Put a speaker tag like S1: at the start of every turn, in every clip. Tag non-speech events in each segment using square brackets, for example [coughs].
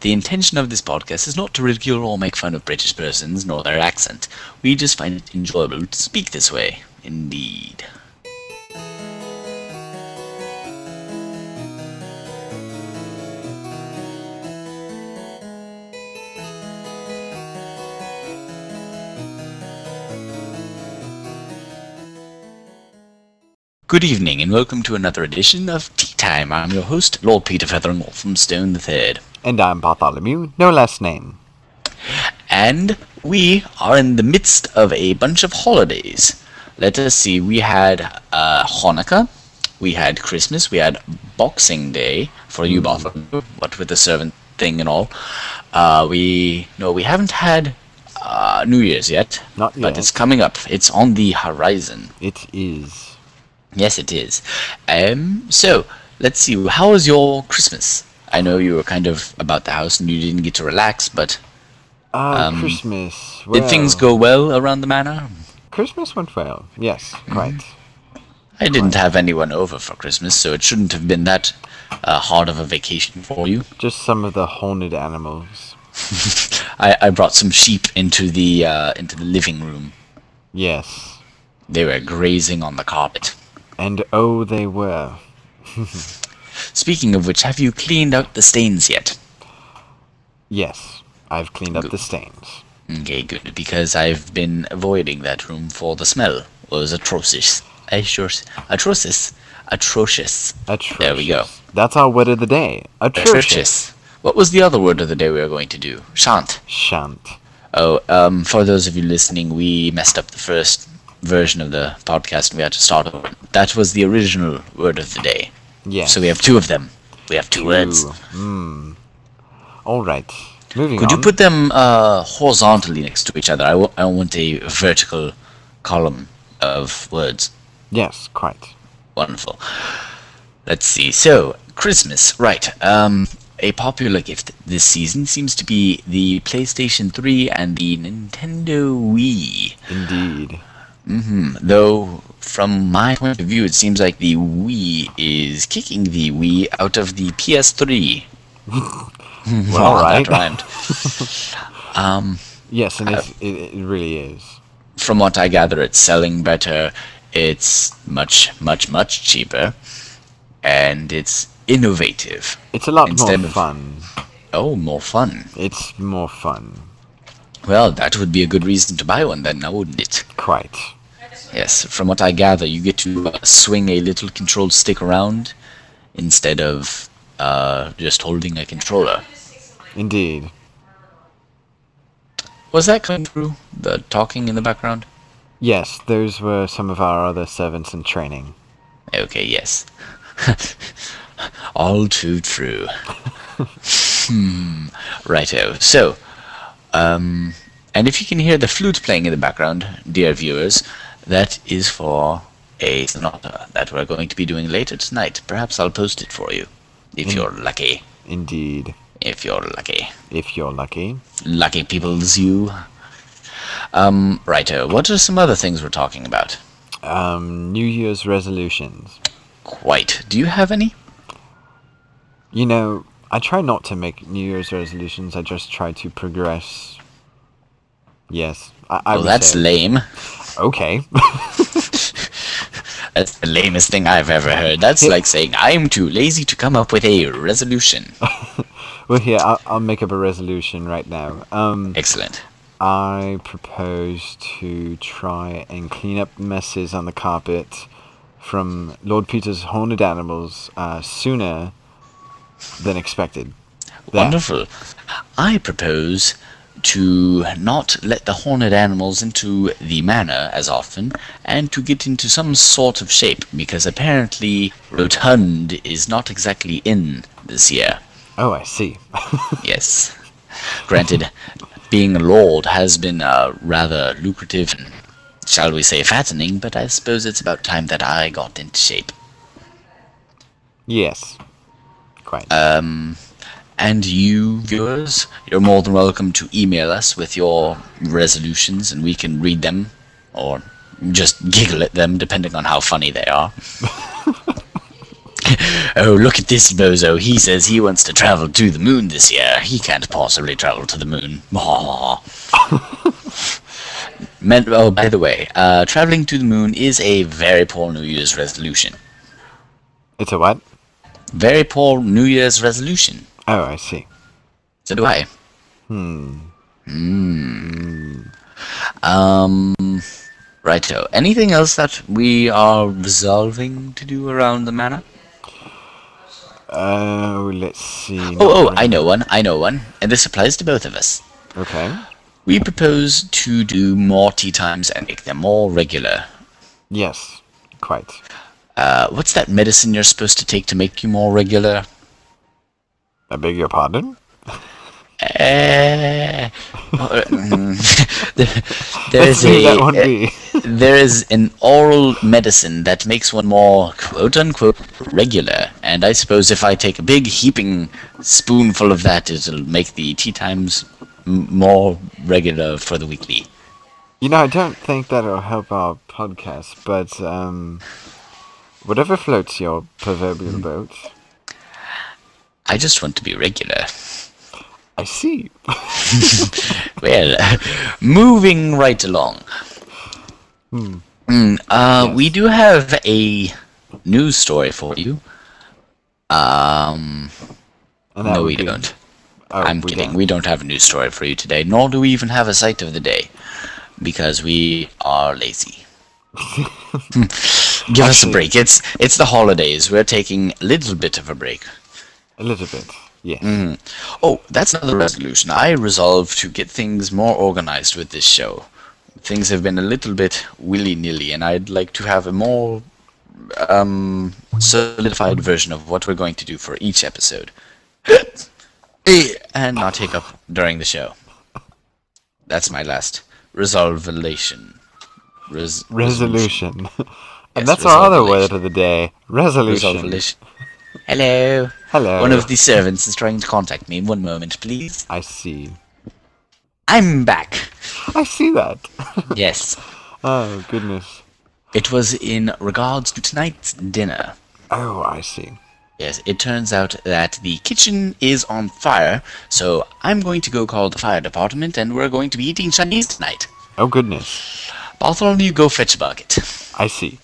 S1: The intention of this podcast is not to ridicule or make fun of British persons nor their accent. We just find it enjoyable to speak this way. Indeed. Good evening, and welcome to another edition of Tea Time. I'm your host, Lord Peter Featheringall from Stone the Third.
S2: And I'm Bartholomew, no last name.
S1: And we are in the midst of a bunch of holidays. Let us see, we had uh, Hanukkah, we had Christmas, we had Boxing Day for
S2: Mm.
S1: you, Bartholomew, what with the servant thing and all. Uh, we no, we haven't had uh, New Year's yet,
S2: Not
S1: but
S2: yet.
S1: it's coming up. It's on the horizon.
S2: It is.
S1: Yes, it is. Um, so let's see. How was your Christmas? I know you were kind of about the house and you didn't get to relax, but
S2: Ah,
S1: Um,
S2: Christmas.
S1: did things
S2: Well,
S1: go well around the manor?
S2: Christmas went well. Yes,
S1: Mm-hmm.
S2: quite.
S1: I didn't have anyone over for Christmas, so it shouldn't have been that uh, hard of a vacation for you.
S2: Just some of the horned animals.
S1: I, I brought some sheep into the uh, into the living room.
S2: Yes.
S1: They were grazing on the carpet.
S2: And oh, they were.
S1: Speaking of which, have you cleaned out the stains yet?
S2: Yes, I've cleaned up the stains.
S1: Okay, good, because I've been avoiding that room for the smell. was atrocious. Atrocious. Atrocious. Atrocious.
S2: Atrocious.
S1: There we go.
S2: That's our word of the day. Atrocious.
S1: Atrocious. What was the other word of the day we were going to do? Shant.
S2: Shan't.
S1: Oh, um, for those of you listening, we messed up the first version of the podcast and we had to start over. That was the original word of the day.
S2: Yes.
S1: So we have two of them. We have two, words.
S2: Ooh, Hmm. All right. Moving
S1: Could
S2: on.
S1: you put them uh, horizontally next to each other? I wa- I want a vertical column of words.
S2: yes, quite.
S1: Wonderful. Let's see. So, Christmas, right. Um, a popular gift this season seems to be the PlayStation 3 and the Nintendo Wii.
S2: Indeed.
S1: Hmm, Though, from my point of view, it seems like the Wii is kicking the Wii out of the PS3.
S2: Well, all right.
S1: That rhymed.
S2: Yes, and
S1: Uh,
S2: it's, it, it really is.
S1: From what I gather, it's selling better. It's much, much, much cheaper. And it's innovative.
S2: It's a lot
S1: Instead
S2: more
S1: of-
S2: fun.
S1: Oh, more fun.
S2: It's more fun.
S1: Well, that would be a good reason to buy one then, now wouldn't it?
S2: Quite.
S1: Yes, from what I gather, you get to uh, swing a little control stick around instead of uh, just holding a controller.
S2: Indeed.
S1: Was that coming through? The talking in the background?
S2: Yes, those were some of our other servants in training.
S1: Okay, yes. [laughs] All too true. hmm. Righto. So, um, and if you can hear the flute playing in the background, dear viewers, that is for a sonata that we're going to be doing later tonight. Perhaps I'll post it for you, if you're lucky.
S2: Indeed.
S1: If you're lucky,
S2: If you're lucky.
S1: lucky peoples, you. Um, righto. What are some other things we're talking about?
S2: Um, New Year's resolutions.
S1: Quite. Do you have any?
S2: You know, I try not to make New Year's resolutions, I just try to progress. Yes. I, I
S1: Oh,
S2: would
S1: that's
S2: say-
S1: lame.
S2: Okay. [laughs]
S1: That's the lamest thing I've ever heard. That's like saying I'm too lazy to come up with a resolution.
S2: well, here, I'll, I'll make up a resolution right now. Um,
S1: Excellent.
S2: I propose to try and clean up messes on the carpet from Lord Peter's horned animals uh, sooner than expected. There.
S1: Wonderful. I propose to not let the horned animals into the manor as often and to get into some sort of shape because apparently Rotund is not exactly in this year.
S2: Oh, I see. [laughs]
S1: [laughs] Yes. Granted, being a lord has been uh, rather lucrative and, shall we say, fattening, but I suppose it's about time that I got into shape.
S2: yes. Quite.
S1: And you, viewers, you're more than welcome to email us with your resolutions and we can read them or just giggle at them depending on how funny they are. Oh, look at this bozo. He says he wants to travel to the moon this year. He can't possibly travel to the moon. [laughs] Men- oh, by the way, uh, traveling to the moon is a very poor New Year's resolution.
S2: It's a what?
S1: Very poor New Year's resolution.
S2: Oh, I see.
S1: So do I. Hmm. Um. Righto. Anything else that we are resolving to do around the manor?
S2: Oh, let's see.
S1: Oh, oh, I know one. I know one. And this applies to both of us.
S2: Okay.
S1: We propose to do more tea times and make them more regular.
S2: Yes, quite.
S1: Uh, what's that medicine you're supposed to take to make you more regular?
S2: I beg your pardon? [laughs]
S1: Eh, or- mm, [laughs] there- there
S2: Let's
S1: is
S2: see [laughs] that
S1: a
S2: one be.
S1: there is an oral medicine that makes one more quote unquote regular, and I suppose if I take a big heaping spoonful of that, it'll make the tea times m- more regular for the weekly.
S2: You know, I don't think that'll help our podcast, but um, whatever floats your
S1: Hmm.
S2: proverbial boat,
S1: I just want to be regular.
S2: I see. [laughs]
S1: Well, [laughs] moving right along. Mm, uh, We do have a news story for you. Um,
S2: And that
S1: no,
S2: would
S1: we
S2: be-
S1: don't.
S2: Oh,
S1: I'm
S2: we
S1: kidding.
S2: don't.
S1: We don't have a news story for you today, nor do we even have a site of the day because we are lazy. [laughs] Give us a
S2: Actually-
S1: break. It's it's the holidays. We're taking a little bit of a break.
S2: A little bit, yes.
S1: Oh, that's another resolution. I resolved to get things more organized with this show. Things have been a little bit willy nilly, and I'd like to have a more um, solidified version of what we're going to do for each
S2: [laughs]
S1: episode. Eh, and not hiccup during the show. That's my last resolvelation. Res-
S2: Resolution. [laughs]
S1: Yes,
S2: and that's our other
S1: resolution.
S2: word of the day. Resolution.
S1: Resolvelation. Hello.
S2: Hello.
S1: One of the servants is trying to contact me. One moment, please.
S2: I see.
S1: I'm back.
S2: I see that.
S1: Yes.
S2: Oh, goodness.
S1: It was in regards to tonight's dinner.
S2: Oh, I see.
S1: Yes, it turns out that the kitchen is on fire, so I'm going to go call the fire department and we're going to be eating Chinese tonight.
S2: Oh, goodness.
S1: Bartholomew, go fetch a bucket.
S2: I see.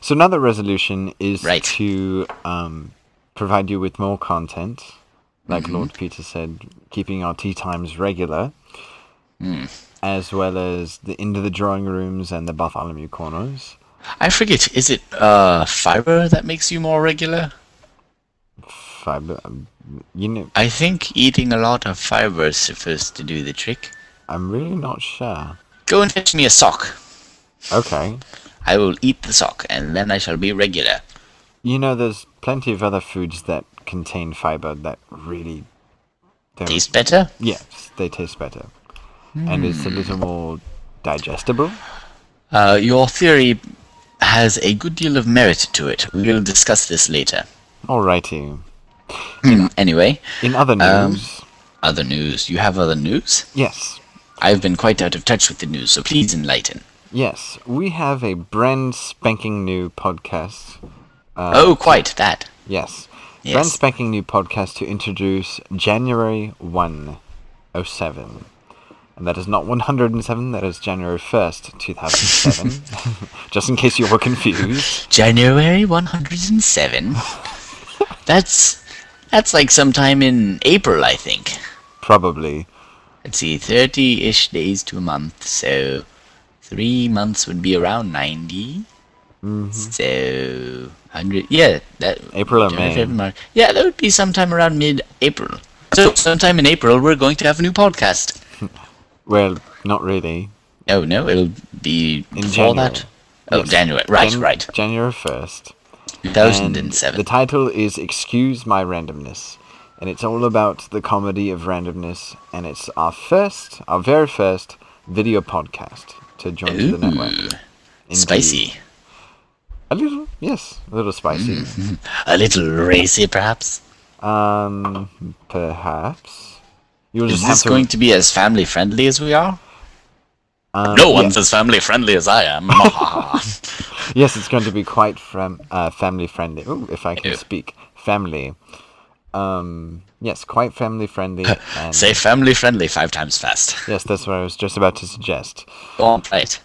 S2: So another resolution is
S1: Right.
S2: to um, provide you with more content. Like
S1: Mm-hmm.
S2: Lord Peter said, keeping our tea times regular.
S1: Hmm.
S2: As well as the into the drawing rooms and the Bartholomew corners.
S1: I forget, is it uh, fiber that makes you more regular?
S2: Fiber, um, you know,
S1: I think eating a lot of fiber is supposed to do the trick.
S2: I'm really not sure.
S1: Go and fetch me a sock.
S2: Okay.
S1: I will eat the sock and then I shall be regular.
S2: You know, there's plenty of other foods that contain fiber that really don't.
S1: Taste better?
S2: Yes, they taste better, and it's a
S1: Hmm.
S2: little more digestible.
S1: Uh, your theory has a good deal of merit to it. We will discuss this later.
S2: Alrighty.
S1: anyway,
S2: In other
S1: Um,
S2: news,
S1: other news. You have other news?
S2: yes,
S1: I've been quite out of touch with the news, so please enlighten.
S2: yes, we have a brand spanking new podcast. Uh,
S1: oh, quite that.
S2: Yes, brand
S1: Yes.
S2: spanking new podcast to introduce January one, oh seven. And that is not 107, that is January
S1: [laughs]
S2: 1st, 2007. Just in case you were confused.
S1: January
S2: [laughs]
S1: 107. that's that's like sometime in April, I think.
S2: Probably.
S1: Let's see, 30-ish days to a month, so three months would be around 90. So 100, yeah, that
S2: Mm-hmm. April or
S1: January,
S2: May.
S1: February, March. Yeah, that would be sometime around mid-April. So sometime in April, we're going to have a new podcast.
S2: Well, not really.
S1: No, Oh, no, it'll be
S2: In
S1: before
S2: January.
S1: that. Oh, January. Right,
S2: Jan-
S1: right.
S2: January 1st. And
S1: 2007.
S2: The title is Excuse My Randomness. And it's all about the comedy of randomness. And it's our first, our very first video podcast to join the network.
S1: Ooh,
S2: Indeed.
S1: spicy.
S2: A little, yes, a little spicy.
S1: Mm-hmm. A little racy, perhaps.
S2: Um, perhaps. You'll
S1: Is
S2: just have
S1: this
S2: to.
S1: going to be as family friendly as we are?
S2: Um,
S1: No
S2: yeah.
S1: one's as family friendly as I am.
S2: [laughs] Yes, it's going to be quite fam- uh, family friendly. Ooh, if I can
S1: Yeah.
S2: speak, family. Um, yes, quite family
S1: [laughs]
S2: friendly. And
S1: Say family friendly five times fast.
S2: yes, that's what I was just about to suggest.
S1: Go on, play it.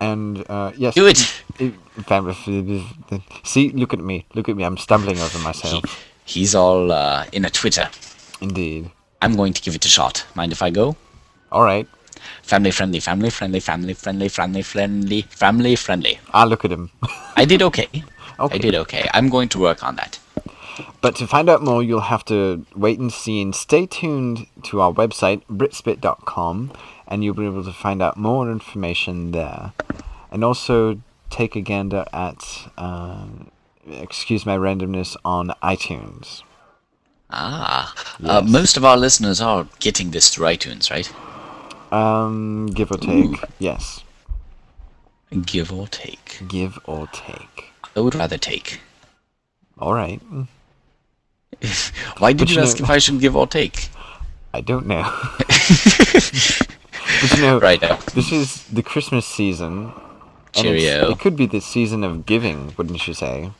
S2: And uh, yes,
S1: Do it.
S2: it- family. See, look at me. Look at me. I'm stumbling over
S1: [laughs]
S2: myself.
S1: He's all uh, in a Twitter.
S2: Indeed.
S1: I'm going to give it a shot. Mind if I go?
S2: All right.
S1: Family friendly, family friendly, family friendly, family friendly, family friendly.
S2: Ah, look at him. [laughs]
S1: I did okay. I
S2: Okay.
S1: did okay. I'm going to work on that.
S2: But to find out more, you'll have to wait and see and stay tuned to our website, britspit.com, and you'll be able to find out more information there. And also take a gander at, uh, excuse my randomness, on iTunes.
S1: Ah. Uh, most of our listeners are getting this through iTunes, right?
S2: Um, give or take. Yes.
S1: Give or take.
S2: Give or take.
S1: I would rather take.
S2: All right.
S1: Why did
S2: But
S1: you
S2: you
S1: ask
S2: know-
S1: if I should give or take?
S2: I don't
S1: [laughs]
S2: know. but you know,
S1: Right now.
S2: this is the Christmas season. and it's-
S1: Cheerio.
S2: It could be the season of giving, wouldn't you say?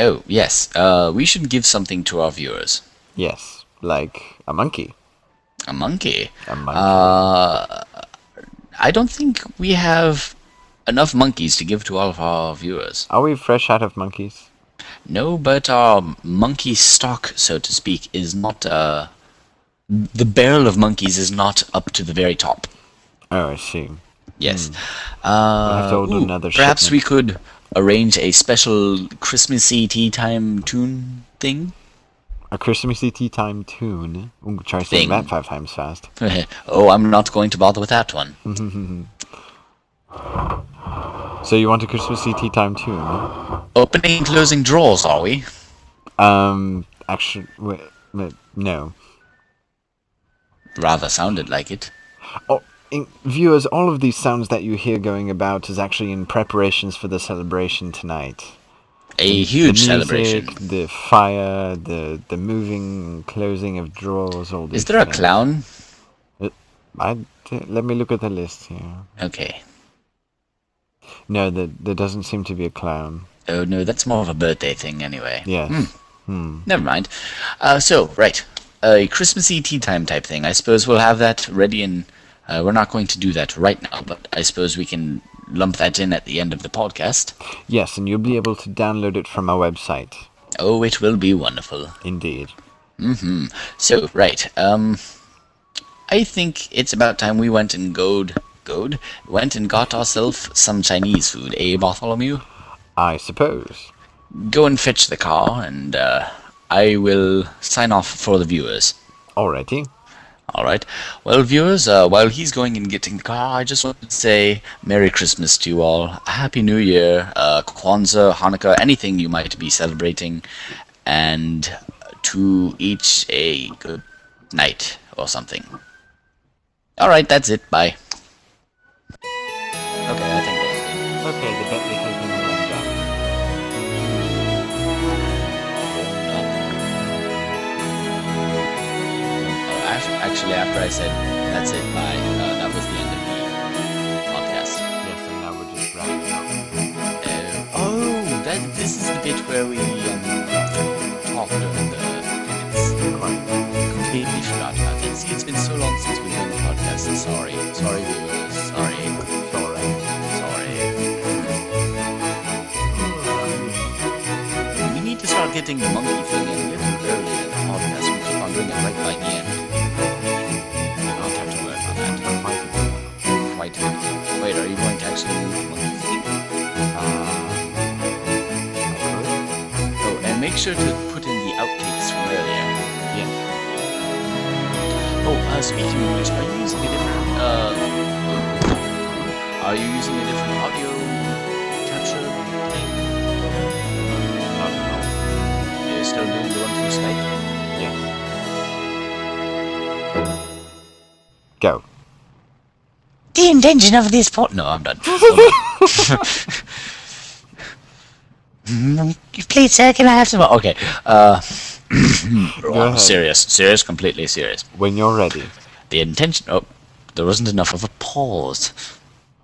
S1: Oh, yes. Uh, we should give something to our viewers.
S2: Yes, like a monkey.
S1: A monkey. Uh,
S2: A monkey.
S1: I don't think we have enough monkeys to give to all of our viewers.
S2: Are we fresh out of monkeys?
S1: No, but our monkey stock, so to speak, is not. Uh, the barrel of monkeys is not up to the very top.
S2: Oh, I see.
S1: Yes.
S2: Hmm. I have to
S1: Uh,
S2: order
S1: ooh,
S2: another
S1: perhaps
S2: shipment.
S1: we could arrange a special Christmassy tea time tune thing. [laughs]
S2: A Christmassy tea time tune. Ooh, try
S1: Thing.
S2: saying that five times fast.
S1: oh, I'm not going to bother with that one.
S2: Hmm. So you want a Christmassy tea time tune?
S1: Opening and closing drawers, are we?
S2: Um, actually, wait, wait, no.
S1: Rather sounded like it.
S2: Oh, in, viewers, all of these sounds that you hear going about is actually in preparations for the celebration tonight.
S1: A
S2: The
S1: huge celebration.
S2: music, The fire, the the moving, and closing of drawers. All these.
S1: Is there a
S2: things. Uh,
S1: clown?
S2: I, let me look at the list here.
S1: Okay.
S2: No, there, there doesn't seem to be a clown.
S1: Oh no, that's more of a birthday thing anyway.
S2: Yes.
S1: Hmm. Never mind. Uh, so, right. A Christmassy tea time type thing. I suppose we'll have that ready and uh, we're not going to do that right now, but I suppose we can lump that in at the end of the podcast.
S2: Yes, and you'll be able to download it from our website.
S1: Oh, it will be wonderful.
S2: Indeed.
S1: So, right. Um, I think it's about time we went and goed, goed, went and got ourselves some Chinese food, eh, Bartholomew?
S2: I suppose.
S1: Go and fetch the car, and uh, I will sign off for the viewers.
S2: Alrighty.
S1: All right. Well, viewers, uh, while he's going and getting the car, I just want to say Merry Christmas to you all. A Happy New Year, uh, Kwanzaa, Hanukkah, anything you might be celebrating. And to each a good night or something. All right, that's it. Bye. Okay, I think that's good.
S2: Okay, the bet has been done.
S1: Uh, af- Actually, after I said that's it, bye, uh, that was the end of the podcast.
S2: Yes, and now we're just wrapping up.
S1: Uh, oh, that, this is the bit where we um, talked over the minutes. Completely forgot about it. See, it's been so long since we've done the podcast. Sorry. Sorry, viewers. Sorry.
S2: Sorry.
S1: Sorry. We need to start getting the monkey thing in a little early in the podcast. We keep on doing it right by the end. I'll have to work on that. Quite a bit. Wait, are you going to actually move the monkey thing? Oh, and make sure to put in the outtakes from earlier.
S2: Yes.
S1: Oh, uh, speaking of which, are you using a different, uh, are you using a different audio capture thing? You're still doing the one from Skype?
S2: Yes. Go.
S1: The intention of this pod. No, I'm [laughs] done. Please, sir, can I have some more? Okay. [coughs] Uh,
S2: ahead.
S1: serious, serious, completely serious.
S2: When you're ready.
S1: The intention. Oh, There wasn't enough of a pause.